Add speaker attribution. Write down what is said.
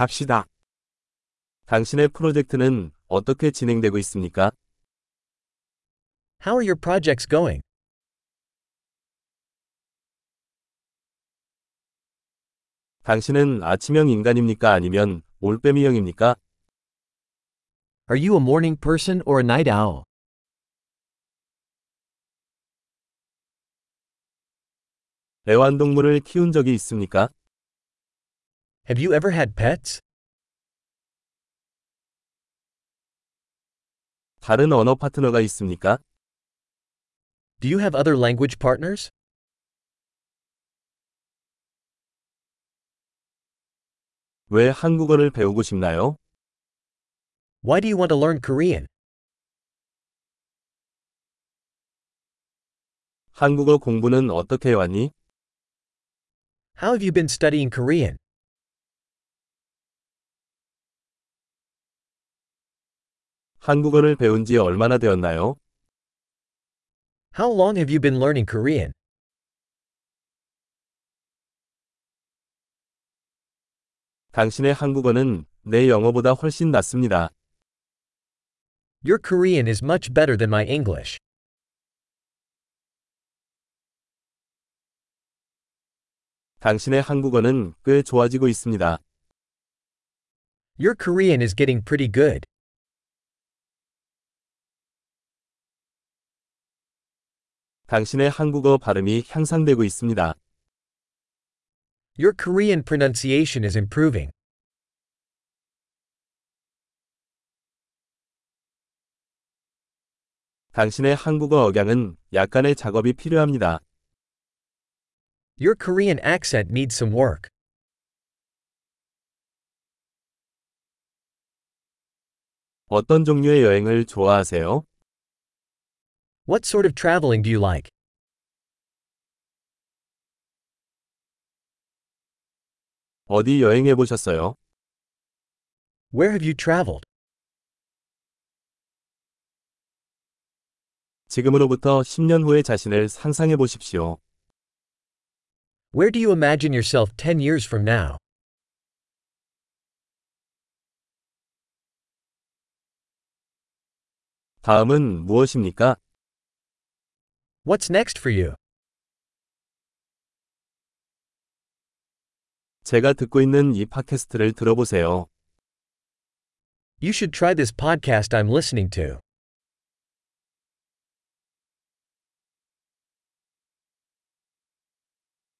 Speaker 1: 갑시다. 당신의 프로젝트는 어떻게 진행되고 있습니까?
Speaker 2: How are your projects going?
Speaker 1: 당신은 아침형 인간입니까? 아니면 올빼미형입니까?
Speaker 2: Are you a morning person or a night owl?
Speaker 1: 애완동물을 키운 적이 있습니까?
Speaker 2: Have you ever had pets?
Speaker 1: 다른 언어 파트너가 있습니까?
Speaker 2: Do you have other language partners?
Speaker 1: 왜 한국어를 배우고 싶나요?
Speaker 2: Why do you want to learn Korean?
Speaker 1: 한국어 공부는 어떻게 해왔니?
Speaker 2: How have you been studying Korean?
Speaker 1: 한국어를 배운 지 얼마나 되었나요?
Speaker 2: How long have you been learning Korean?
Speaker 1: 당신의 한국어는 내 영어보다 훨씬 낫습니다.
Speaker 2: Your Korean is much better than my English.
Speaker 1: 당신의 한국어는 꽤 좋아지고 있습니다.
Speaker 2: Your Korean is getting pretty good.
Speaker 1: 당신의 한국어 발음이 향상되고 있습니다.
Speaker 2: Your Korean pronunciation is improving.
Speaker 1: 당신의 한국어 억양은 약간의 작업이 필요합니다.
Speaker 2: Your Korean accent needs some work.
Speaker 1: 어떤 종류의 여행을 좋아하세요?
Speaker 2: What sort of traveling do you like?
Speaker 1: 어디 여행해 보셨어요?
Speaker 2: Where have you traveled?
Speaker 1: 지금으로부터 10년 후의 자신을 상상해 보십시오.
Speaker 2: Where do you imagine yourself 10 years from now?
Speaker 1: 다음은 무엇입니까?
Speaker 2: What's next for you?
Speaker 1: 제가 듣고 있는 이 팟캐스트를 들어보세요.
Speaker 2: You should try this podcast I'm listening to.